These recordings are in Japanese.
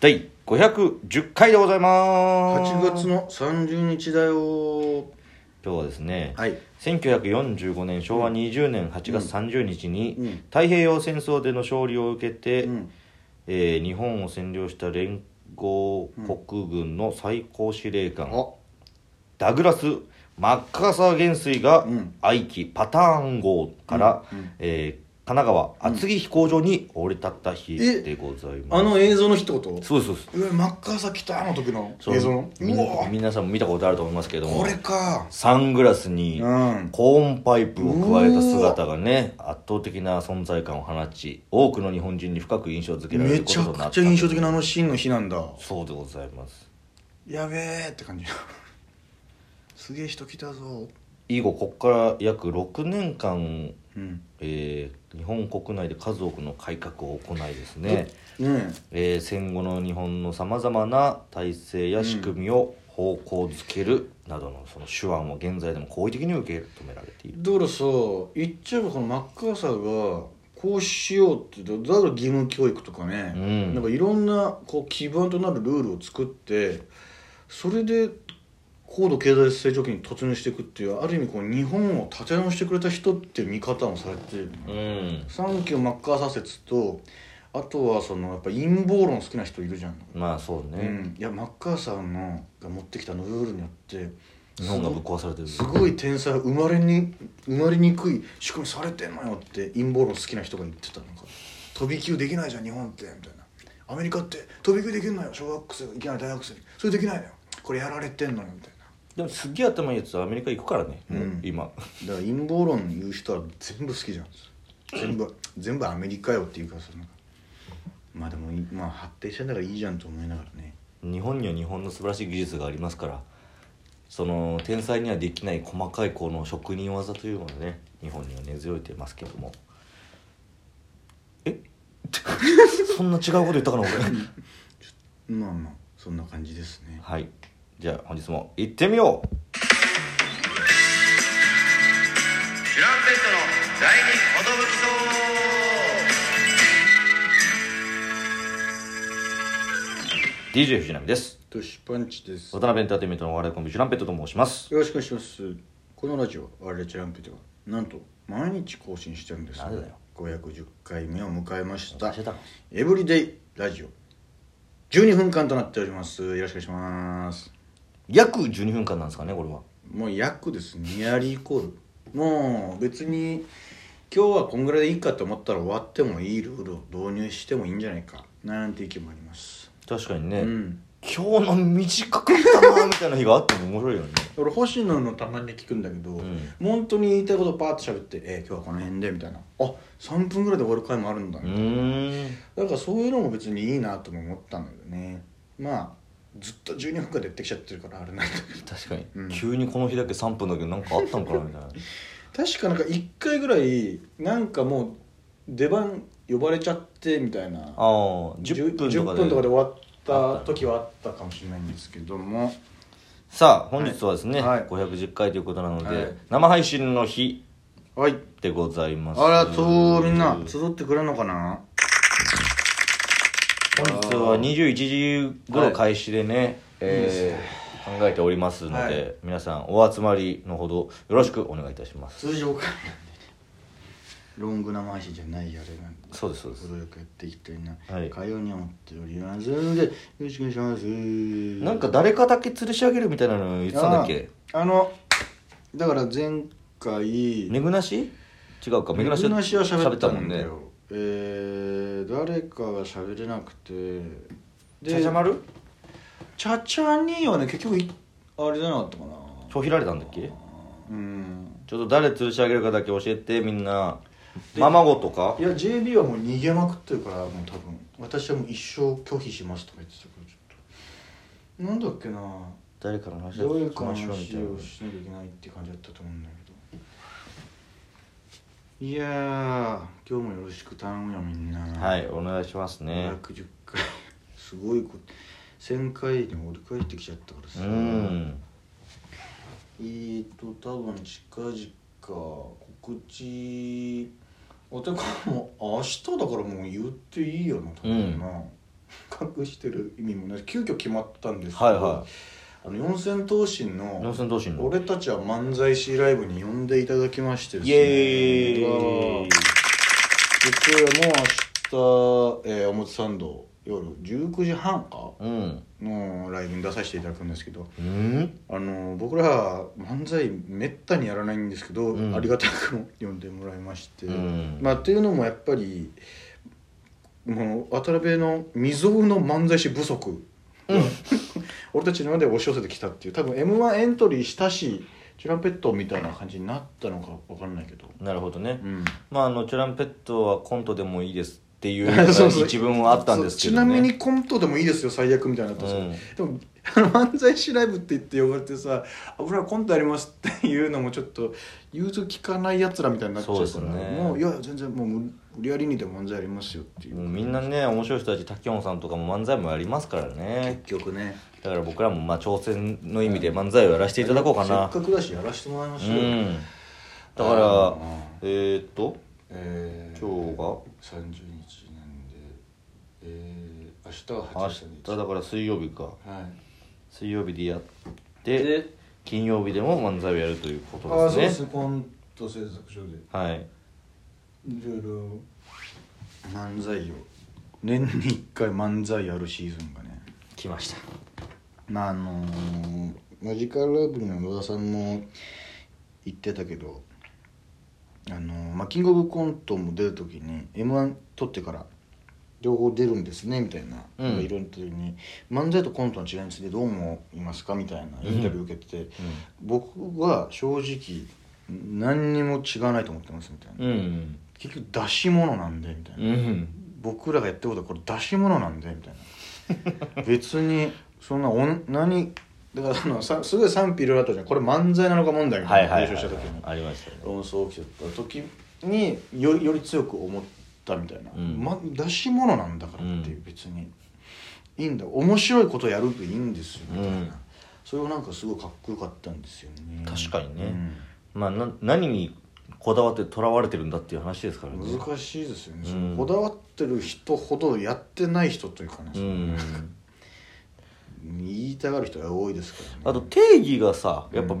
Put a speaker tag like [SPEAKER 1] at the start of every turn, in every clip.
[SPEAKER 1] 第510回でございます
[SPEAKER 2] 8月の30日だよ
[SPEAKER 1] 今日はですね、
[SPEAKER 2] はい
[SPEAKER 1] 1945年昭和20年8月30日に、
[SPEAKER 2] うん
[SPEAKER 1] 太平洋戦争での勝利を受けて、
[SPEAKER 2] うん
[SPEAKER 1] えー日本を占領した連合国軍の最高司令官、
[SPEAKER 2] あ
[SPEAKER 1] ダグラス・マッカーサー元帥が
[SPEAKER 2] うん
[SPEAKER 1] 愛機パターン号から、えー神奈川厚木飛行場に降り立った日でございます、
[SPEAKER 2] あの映像の日ってこと
[SPEAKER 1] そうですそうです
[SPEAKER 2] うわ真っ赤さ来たの時の
[SPEAKER 1] そう
[SPEAKER 2] 映像の
[SPEAKER 1] みん
[SPEAKER 2] うわ
[SPEAKER 1] 皆さんも見たことあると思いますけども
[SPEAKER 2] これか
[SPEAKER 1] サングラスに
[SPEAKER 2] うん
[SPEAKER 1] コーンパイプを加えた姿がね圧倒的な存在感を放ち多くの日本人に深く印象づけられ
[SPEAKER 2] め
[SPEAKER 1] ること
[SPEAKER 2] ち
[SPEAKER 1] と
[SPEAKER 2] ゃ
[SPEAKER 1] なった
[SPEAKER 2] くちゃ印象的なあのシーンの日なんだ
[SPEAKER 1] そうでございます
[SPEAKER 2] やべえって感じ すげえ人来たぞ
[SPEAKER 1] 以後ここから約6年間、
[SPEAKER 2] うん
[SPEAKER 1] えー日本国内で数多くの改革を行いですね、
[SPEAKER 2] ね
[SPEAKER 1] えー戦後の日本のさまざまな体制や仕組みを方向づけるなどのその手腕を現在でも好意的に受け止められている
[SPEAKER 2] だからさ言っちゃえばこのマッカーサーがこうしようってだから義務教育とかね、
[SPEAKER 1] うん
[SPEAKER 2] なんかいろんなこう基盤となるルールを作ってそれで高度経済成長期に突入していくっていうある意味こう日本を立て直してくれた人っていう見方もされてるよね
[SPEAKER 1] うん
[SPEAKER 2] サンキューマッカーサー説とあとはそのやっぱ陰謀論好きな人いるじゃん、
[SPEAKER 1] まあそう
[SPEAKER 2] う
[SPEAKER 1] ね、
[SPEAKER 2] ん、いやマッカーサーのが持ってきたあのルールによって
[SPEAKER 1] 日本がぶっ壊されてる
[SPEAKER 2] すごい天才生まれに生まれにくい仕組みされてんのよって陰謀論好きな人が言ってたなんか飛び級できないじゃん日本ってみたいなアメリカって飛び級できるのよ小学生いきなり大学生にそれできないのよこれやられてんのよみたいな
[SPEAKER 1] でもすっげえ頭いいやつはアメリカ行くからね、もう
[SPEAKER 2] うん
[SPEAKER 1] 今
[SPEAKER 2] だから陰謀論言う人は全部好きじゃん全部全部アメリカよっていうからさなんかまあでもいまあ発展してんだからいいじゃんと思いながらね
[SPEAKER 1] 日本には日本の素晴らしい技術がありますからその天才にはできない細かいこの職人技というのがね日本には根強いてますけどもえ そんな違うこと言った かな俺
[SPEAKER 2] まあまあそんな感じですね
[SPEAKER 1] はいじゃあ本日も行ってみよう
[SPEAKER 3] チュランペットの第二寿
[SPEAKER 1] DJ 藤波です
[SPEAKER 2] トシパンチです
[SPEAKER 1] 渡辺エンターテインメントのお笑いコンビジュランペットと申します
[SPEAKER 2] よろしくお願いしますこのラジオ「我々チャランピ」ではなんと毎日更新してるんです
[SPEAKER 1] なんでだよ
[SPEAKER 2] 510回目を迎えました
[SPEAKER 1] してたの
[SPEAKER 2] エブリデイラジオ12分間となっておりますよろしくお願いします
[SPEAKER 1] 約12分間なんですかねこれは
[SPEAKER 2] もう約ですねニアリーイコールもう別に今日はこんぐらいでいいかと思ったら終わってもいいルールを導入してもいいんじゃないかなんて意見もあります
[SPEAKER 1] 確かにね、
[SPEAKER 2] うん
[SPEAKER 1] 今日の短かったなみたいな日があっても面白いよね
[SPEAKER 2] 俺星野のたまに聞くんだけど、
[SPEAKER 1] ん
[SPEAKER 2] 本当に言いたいことパーッと喋って「えー今日はこの辺で」みたいな「あ3分ぐらいで終わる回もあるんだ」
[SPEAKER 1] うーん
[SPEAKER 2] だからそういうのも別にいいなとも思ったんだよねまあずっと12分間でやってきちゃってるからあれなんだけど
[SPEAKER 1] 確かに、
[SPEAKER 2] うん
[SPEAKER 1] 急にこの日だけ3分だけどなんかあったのかなみたいな
[SPEAKER 2] 確かなんか1回ぐらいなんかもう出番呼ばれちゃってみたいな
[SPEAKER 1] ああ10分とかで
[SPEAKER 2] 10で終わった時はあったかもしれないんですけども
[SPEAKER 1] さあ本日はですね、
[SPEAKER 2] はい
[SPEAKER 1] 510回ということなので、
[SPEAKER 2] はい
[SPEAKER 1] 生配信の日
[SPEAKER 2] はい
[SPEAKER 1] でございます
[SPEAKER 2] あらそうみんな集ってくれるのかな
[SPEAKER 1] 本日は21時頃開始でね、えー考えておりますので、
[SPEAKER 2] はい
[SPEAKER 1] 皆さんお集まりのほどよろしくお願いいたします
[SPEAKER 2] 通常回なんでロング生配信じゃないやれなんで
[SPEAKER 1] そうですそうです
[SPEAKER 2] 程よくやっていきたいな、
[SPEAKER 1] はい
[SPEAKER 2] かように思っておりますのでよろしくお願いします
[SPEAKER 1] なんか誰かだけ吊るし上げるみたいなの言ってたんだっけ
[SPEAKER 2] あーあのだから前回
[SPEAKER 1] めぐなし違うかめぐなし
[SPEAKER 2] めぐなしは喋った
[SPEAKER 1] 喋
[SPEAKER 2] んだよ、えー、誰かが喋れなくて
[SPEAKER 1] ちゃちゃ丸
[SPEAKER 2] ちゃちゃにはね結局いあれじゃなかったかな
[SPEAKER 1] 拒否られたんだっけ
[SPEAKER 2] うん
[SPEAKER 1] ちょっと誰吊るし上げるかだけ教えてみんなママゴとか
[SPEAKER 2] いや JB はもう逃げまくってるからもう多分私はもう一生拒否しますとか言ってたからちょっとなんだっけな
[SPEAKER 1] 誰かの話だ
[SPEAKER 2] どういう
[SPEAKER 1] か
[SPEAKER 2] 話
[SPEAKER 1] み
[SPEAKER 2] を
[SPEAKER 1] たいな
[SPEAKER 2] しなきゃいけないって感じだったと思うんだけどいやー今日もよろしく頼むよみんな
[SPEAKER 1] はいお願いしますね
[SPEAKER 2] 510回すごいこと1000回に折り返ってきちゃったから
[SPEAKER 1] う
[SPEAKER 2] さ
[SPEAKER 1] ん
[SPEAKER 2] えーと多分近々告知あてかもう明日だからもう言っていいよな多分な、画してる意味もね急遽決まったんですけど、
[SPEAKER 1] はいは
[SPEAKER 2] あの四千頭身
[SPEAKER 1] 四
[SPEAKER 2] の
[SPEAKER 1] 千頭身
[SPEAKER 2] 「
[SPEAKER 1] の
[SPEAKER 2] 俺たちは漫才師ライブ」に呼んでいただきましてです
[SPEAKER 1] イ
[SPEAKER 2] ね
[SPEAKER 1] エー
[SPEAKER 2] わ
[SPEAKER 1] イ
[SPEAKER 2] あ僕もう明日、えー表参道夜19時半か
[SPEAKER 1] うん
[SPEAKER 2] のライブに出させていただくんですけど
[SPEAKER 1] うん
[SPEAKER 2] あの僕ら漫才めったにやらないんですけど、
[SPEAKER 1] うん
[SPEAKER 2] ありがたく呼んでもらいまして、
[SPEAKER 1] うん
[SPEAKER 2] まあっていうのもやっぱりもう渡辺の未曾有の漫才師不足、 俺たちのまで押し寄せてきたっていう多分 m 1エントリーしたしチュランペットみたいな感じになったのか分かんないけど、
[SPEAKER 1] なるほどね
[SPEAKER 2] うん、
[SPEAKER 1] まああのチュランペットはコントでもいいですっていう
[SPEAKER 2] そうそう
[SPEAKER 1] 一文はあったんですけどね
[SPEAKER 2] そうちなみにコントでもいいですよ最悪みたいになったんですけど、でもあの漫才師ライブって言って呼ばれてさ「あ僕らコントやります」っていうのもちょっと融通聞かないやつらみたいになっちゃうか
[SPEAKER 1] そう
[SPEAKER 2] ら
[SPEAKER 1] ですね
[SPEAKER 2] もういや全然もう無無理やりにでも漫才やりますよっていう、
[SPEAKER 1] もうみんなね面白い人たちタキョンさんとかも漫才もやりますからね
[SPEAKER 2] 結局ね
[SPEAKER 1] だから僕らもまあ挑戦の意味で漫才をやらせていただこうかな
[SPEAKER 2] せっかくだしやらせてもらいましょ
[SPEAKER 1] う
[SPEAKER 2] うよ、
[SPEAKER 1] んだか
[SPEAKER 2] あ
[SPEAKER 1] ら
[SPEAKER 2] ー
[SPEAKER 1] えー、っと
[SPEAKER 2] えー
[SPEAKER 1] 今日が
[SPEAKER 2] 30日なんでえー、明日が
[SPEAKER 1] 明
[SPEAKER 2] 8
[SPEAKER 1] 日
[SPEAKER 2] 日に
[SPEAKER 1] だから水曜日か
[SPEAKER 2] はい
[SPEAKER 1] 水曜日でやって金曜日でも漫才をやるというこ
[SPEAKER 2] あ
[SPEAKER 1] と
[SPEAKER 2] あーそうで
[SPEAKER 1] です
[SPEAKER 2] す
[SPEAKER 1] ね
[SPEAKER 2] ねコント制作所で
[SPEAKER 1] はい
[SPEAKER 2] いろいろ漫才を年に1回漫才やるシーズンがね
[SPEAKER 1] 来ました
[SPEAKER 2] まああのーマジカルラブリーの野田さんも言ってたけどあのーまあ、キングオブコントも出る時に m 1取ってから両方出るんですねみたいな、
[SPEAKER 1] うん
[SPEAKER 2] いろいろと時に漫才とコントの違いについてどう思いますかみたいなインタビューを受けてて、僕は正直何にも違わないと思ってますみたいな、
[SPEAKER 1] うん
[SPEAKER 2] 結局出し物なんでみたいな、
[SPEAKER 1] うん
[SPEAKER 2] 僕らがやってることはこれ出し物なんでみたいな別にそんなおん何だからそのさすごい賛否いろいろあったじゃんこれ漫才なのか問題み
[SPEAKER 1] は
[SPEAKER 2] たい
[SPEAKER 1] い
[SPEAKER 2] な
[SPEAKER 1] はいは
[SPEAKER 2] 優
[SPEAKER 1] い
[SPEAKER 2] 勝した時に
[SPEAKER 1] ありましたね
[SPEAKER 2] 論争起きてた時によより強く思ったみたいな、
[SPEAKER 1] うん
[SPEAKER 2] ま、出し物なんだからっていう、
[SPEAKER 1] う
[SPEAKER 2] 別にいいんだ面白いことやるといいんですよみたいな、
[SPEAKER 1] うん
[SPEAKER 2] それがなんかすごいかっこよかったんですよね
[SPEAKER 1] 確かにね
[SPEAKER 2] うん
[SPEAKER 1] まあな何にこだわってとらわれてるんだっていう話ですからね
[SPEAKER 2] 難しいですよね、
[SPEAKER 1] うん
[SPEAKER 2] そのこだわってる人ほどやってない人というかね、
[SPEAKER 1] うん
[SPEAKER 2] 言いたがる人が多いですからね
[SPEAKER 1] あと定義がさやっぱ、
[SPEAKER 2] う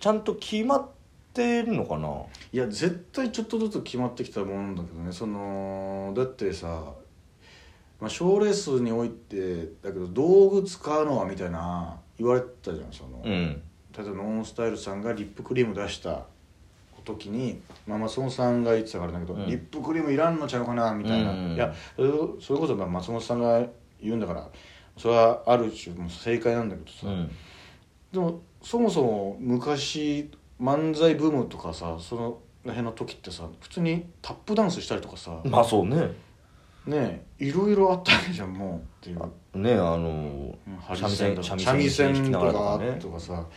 [SPEAKER 1] ちゃんと決まってるのかない
[SPEAKER 2] や絶対ちょっとずつ決まってきたものだけどねそのだってさまあ、賞レースにおいてだけど道具使うのはみたいな言われてたじゃんその、
[SPEAKER 1] う
[SPEAKER 2] 例
[SPEAKER 1] ん
[SPEAKER 2] えばノンスタイルさんがリップクリーム出した時にまあ松本さんが言ってたからだけど、
[SPEAKER 1] うん
[SPEAKER 2] リップクリームいらんのちゃうかなみたいな、
[SPEAKER 1] うん
[SPEAKER 2] いやそれそれこそまあ松本さんが言うんだからそれはある種もう正解なんだけどさ、
[SPEAKER 1] うん
[SPEAKER 2] でもそもそも昔漫才ブームとかさその辺の時ってさ普通にタップダンスしたりとかさ、
[SPEAKER 1] まあそうね
[SPEAKER 2] ねえいろいろあったわけじゃんもうっていう
[SPEAKER 1] ねあの
[SPEAKER 2] 三味線とか
[SPEAKER 1] 三味
[SPEAKER 2] 三味
[SPEAKER 1] 線弾き
[SPEAKER 2] 線
[SPEAKER 1] なが
[SPEAKER 2] と
[SPEAKER 1] らと
[SPEAKER 2] か
[SPEAKER 1] か
[SPEAKER 2] あ
[SPEAKER 1] ね
[SPEAKER 2] とかさだか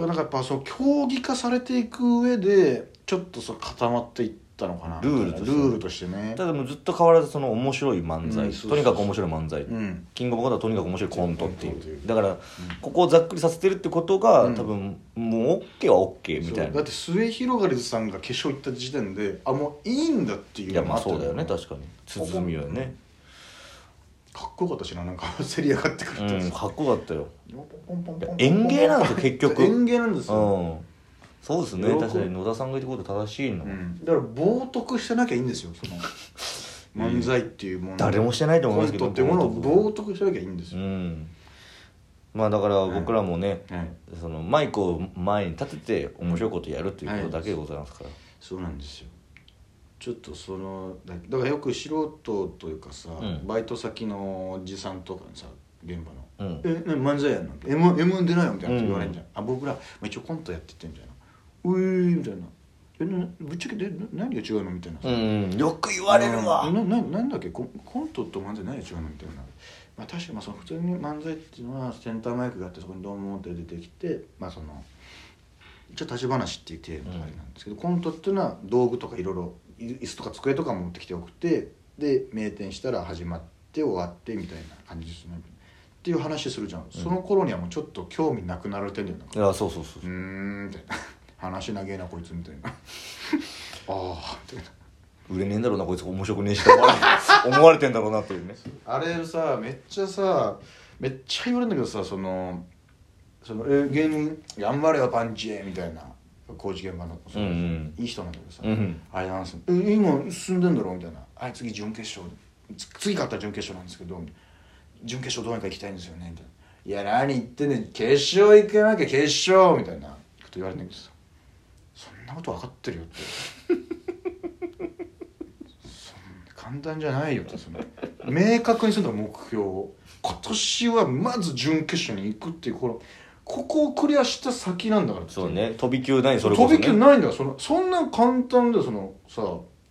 [SPEAKER 2] らなんかやっぱその競技化されていく上でちょっとそう固まっていったのかな
[SPEAKER 1] ルールとして
[SPEAKER 2] ルールとしてね
[SPEAKER 1] ただもうずっと変わらずその面白い漫才、
[SPEAKER 2] うんそうそう
[SPEAKER 1] とにかく面白い漫才、
[SPEAKER 2] うん
[SPEAKER 1] キングオブコントはとにかく面白いコントって
[SPEAKER 2] コントって
[SPEAKER 1] い
[SPEAKER 2] いう
[SPEAKER 1] うだからここをざっくりさせてるってことが、
[SPEAKER 2] うん
[SPEAKER 1] 多分もう OK は OK みた
[SPEAKER 2] そ
[SPEAKER 1] いう
[SPEAKER 2] だ
[SPEAKER 1] な
[SPEAKER 2] って末広がりずさんが決勝行った時点であもういいんだってい
[SPEAKER 1] い
[SPEAKER 2] うの
[SPEAKER 1] や
[SPEAKER 2] も
[SPEAKER 1] まあ
[SPEAKER 2] あった
[SPEAKER 1] そうだよね確かに鼓はね
[SPEAKER 2] かっこよかったしななんか競り上がってく
[SPEAKER 1] う
[SPEAKER 2] るって
[SPEAKER 1] んかっこよかったよ
[SPEAKER 2] 演
[SPEAKER 1] 演
[SPEAKER 2] 芸
[SPEAKER 1] 芸
[SPEAKER 2] な
[SPEAKER 1] なんん
[SPEAKER 2] で
[SPEAKER 1] ですすよ
[SPEAKER 2] よ
[SPEAKER 1] 結
[SPEAKER 2] 結局
[SPEAKER 1] 局
[SPEAKER 2] 芸なんです
[SPEAKER 1] うんそうですね
[SPEAKER 2] 喜ぶ
[SPEAKER 1] 確かに野田さんが言ってること正しいの、
[SPEAKER 2] うんだから冒涜してなきゃいいんですよその漫才っていうもの
[SPEAKER 1] 誰もしてないと思いますけど
[SPEAKER 2] コントっていうものを冒涜してなきゃいいんです
[SPEAKER 1] う
[SPEAKER 2] よ、
[SPEAKER 1] んまあだから僕らもね、
[SPEAKER 2] はい
[SPEAKER 1] そのマイクを前に立てて面白いことやるっていうことだけでございますから、
[SPEAKER 2] そうなんですよちょっとそのだだからよく素人というかさ、
[SPEAKER 1] うん
[SPEAKER 2] バイト先のおじさんとかにさ現場の
[SPEAKER 1] うん
[SPEAKER 2] 「え何漫才やんの?」って「m 1出ないよ」みたいなこと言われんじゃん、
[SPEAKER 1] う
[SPEAKER 2] あ僕ら、まあ、一応コントやっててみたいな「うえー」みたいなえな「ぶっちゃけでな何が違うの?」みたいなさ、
[SPEAKER 1] うん、よく言われるわ、
[SPEAKER 2] うんなななんだっけコンコントと漫才何が違うのみたいな、まあ、確かまあその普通に漫才っていうのはセンターマイクがあってそこにドーンって出てきてまあその一応立ち話っていうテーマがあれなんですけど、コントっていうのは道具とかいろいろい椅子とか机とか持ってきておくてで名店したら始まって終わってみたいな感じですねっていう話するじゃん、その頃にはもうちょっと興味なくなられてんだよなんか
[SPEAKER 1] いやそうそうそう
[SPEAKER 2] うーんみたいな話長えなこいつみたいなああみたいな
[SPEAKER 1] 売れねえんだろうなこいつ面白くねえしと思われ思われてんだろうなというね
[SPEAKER 2] あれさめっちゃさめっちゃ言われるんだけどさそのそのえ芸人頑張れよパンチみたいな工事現場のその、
[SPEAKER 1] うんうん
[SPEAKER 2] いい人なんだけどさ、
[SPEAKER 1] うんうん
[SPEAKER 2] あれなんですよえ今進んでんだろみたいなあれ次準決勝つ次勝ったら準決勝なんですけどみたいな準決勝どうにか行きたいんですよねみたいないや何言ってんねん決勝行かなきゃ決勝みたいなこと言われるんだけどさそんなこと分かってるよってそんな簡単じゃないよってその明確にするのが目標を今年はまず準決勝に行くっていうこのここをクリアした先なんだからって
[SPEAKER 1] そうね飛び級ないそれこ
[SPEAKER 2] 飛
[SPEAKER 1] そ、ね、
[SPEAKER 2] び級ないんだよそのそんなん簡単だよそのさ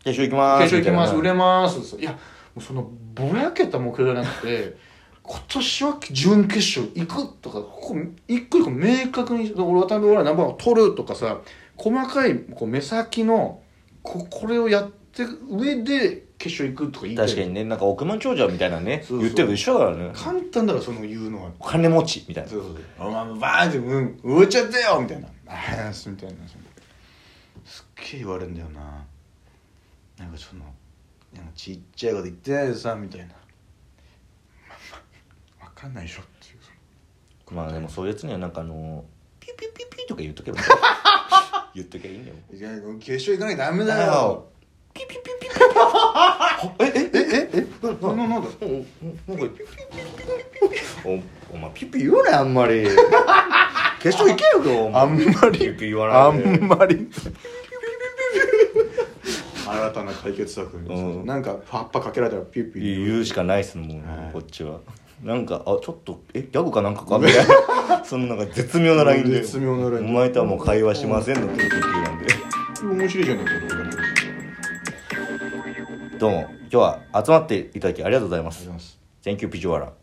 [SPEAKER 1] 決勝行き
[SPEAKER 2] 「
[SPEAKER 1] まー
[SPEAKER 2] 決
[SPEAKER 1] す
[SPEAKER 2] 勝行きます売
[SPEAKER 1] みたい
[SPEAKER 2] れます」ってさいやもうそのぼやけた目標じゃなくて今年は準決勝行くとかここ一個一個明確に俺渡辺俺ナンバーワンを取るとかさ細かいこう目先のここれをやって上で決勝行くとか言い
[SPEAKER 1] な
[SPEAKER 2] たい
[SPEAKER 1] 確かにねなんか億万長者みたいなね
[SPEAKER 2] そうそう
[SPEAKER 1] 言ってること一緒だからね
[SPEAKER 2] 簡単だろその言うのは
[SPEAKER 1] お金持ちみたいな
[SPEAKER 2] そうそうそうお前もバーンって「うん植えちゃったよ」みたいな「あーす」みたいなすっげえ言われるんだよななんかそのなんかちっちゃいこと言ってないでさみたいなまあまあわかんないでしょっていう
[SPEAKER 1] まあでもそういうやつにはなんかあのピュピュピュピュとか言っとけば言っとけばいいんだよ
[SPEAKER 2] いや決勝行かなきゃダメだ
[SPEAKER 1] だ
[SPEAKER 2] よ
[SPEAKER 1] よピュピュピュピュピュはええ
[SPEAKER 2] えええなななんだ
[SPEAKER 1] おなんかおお前ピュピュ言うなあんまり決勝行けよ今日
[SPEAKER 2] あんまり
[SPEAKER 1] ピュピュ言わないで
[SPEAKER 2] まり新たな解決策に、
[SPEAKER 1] うん
[SPEAKER 2] なんか葉っぱかけられたらピュッピュ
[SPEAKER 1] 言うしかないっすもん、
[SPEAKER 2] はい
[SPEAKER 1] こっちはなんかあちょっとえギャグかなんかかみたい なそのなんか絶妙なラインで
[SPEAKER 2] 絶妙なライン
[SPEAKER 1] お前とはもう会話しませんのってことなんで
[SPEAKER 2] 面白いじゃないかと思い
[SPEAKER 1] どうも今日は集まっていただきありがとうございます
[SPEAKER 2] ます
[SPEAKER 1] Thank you ピジュアラ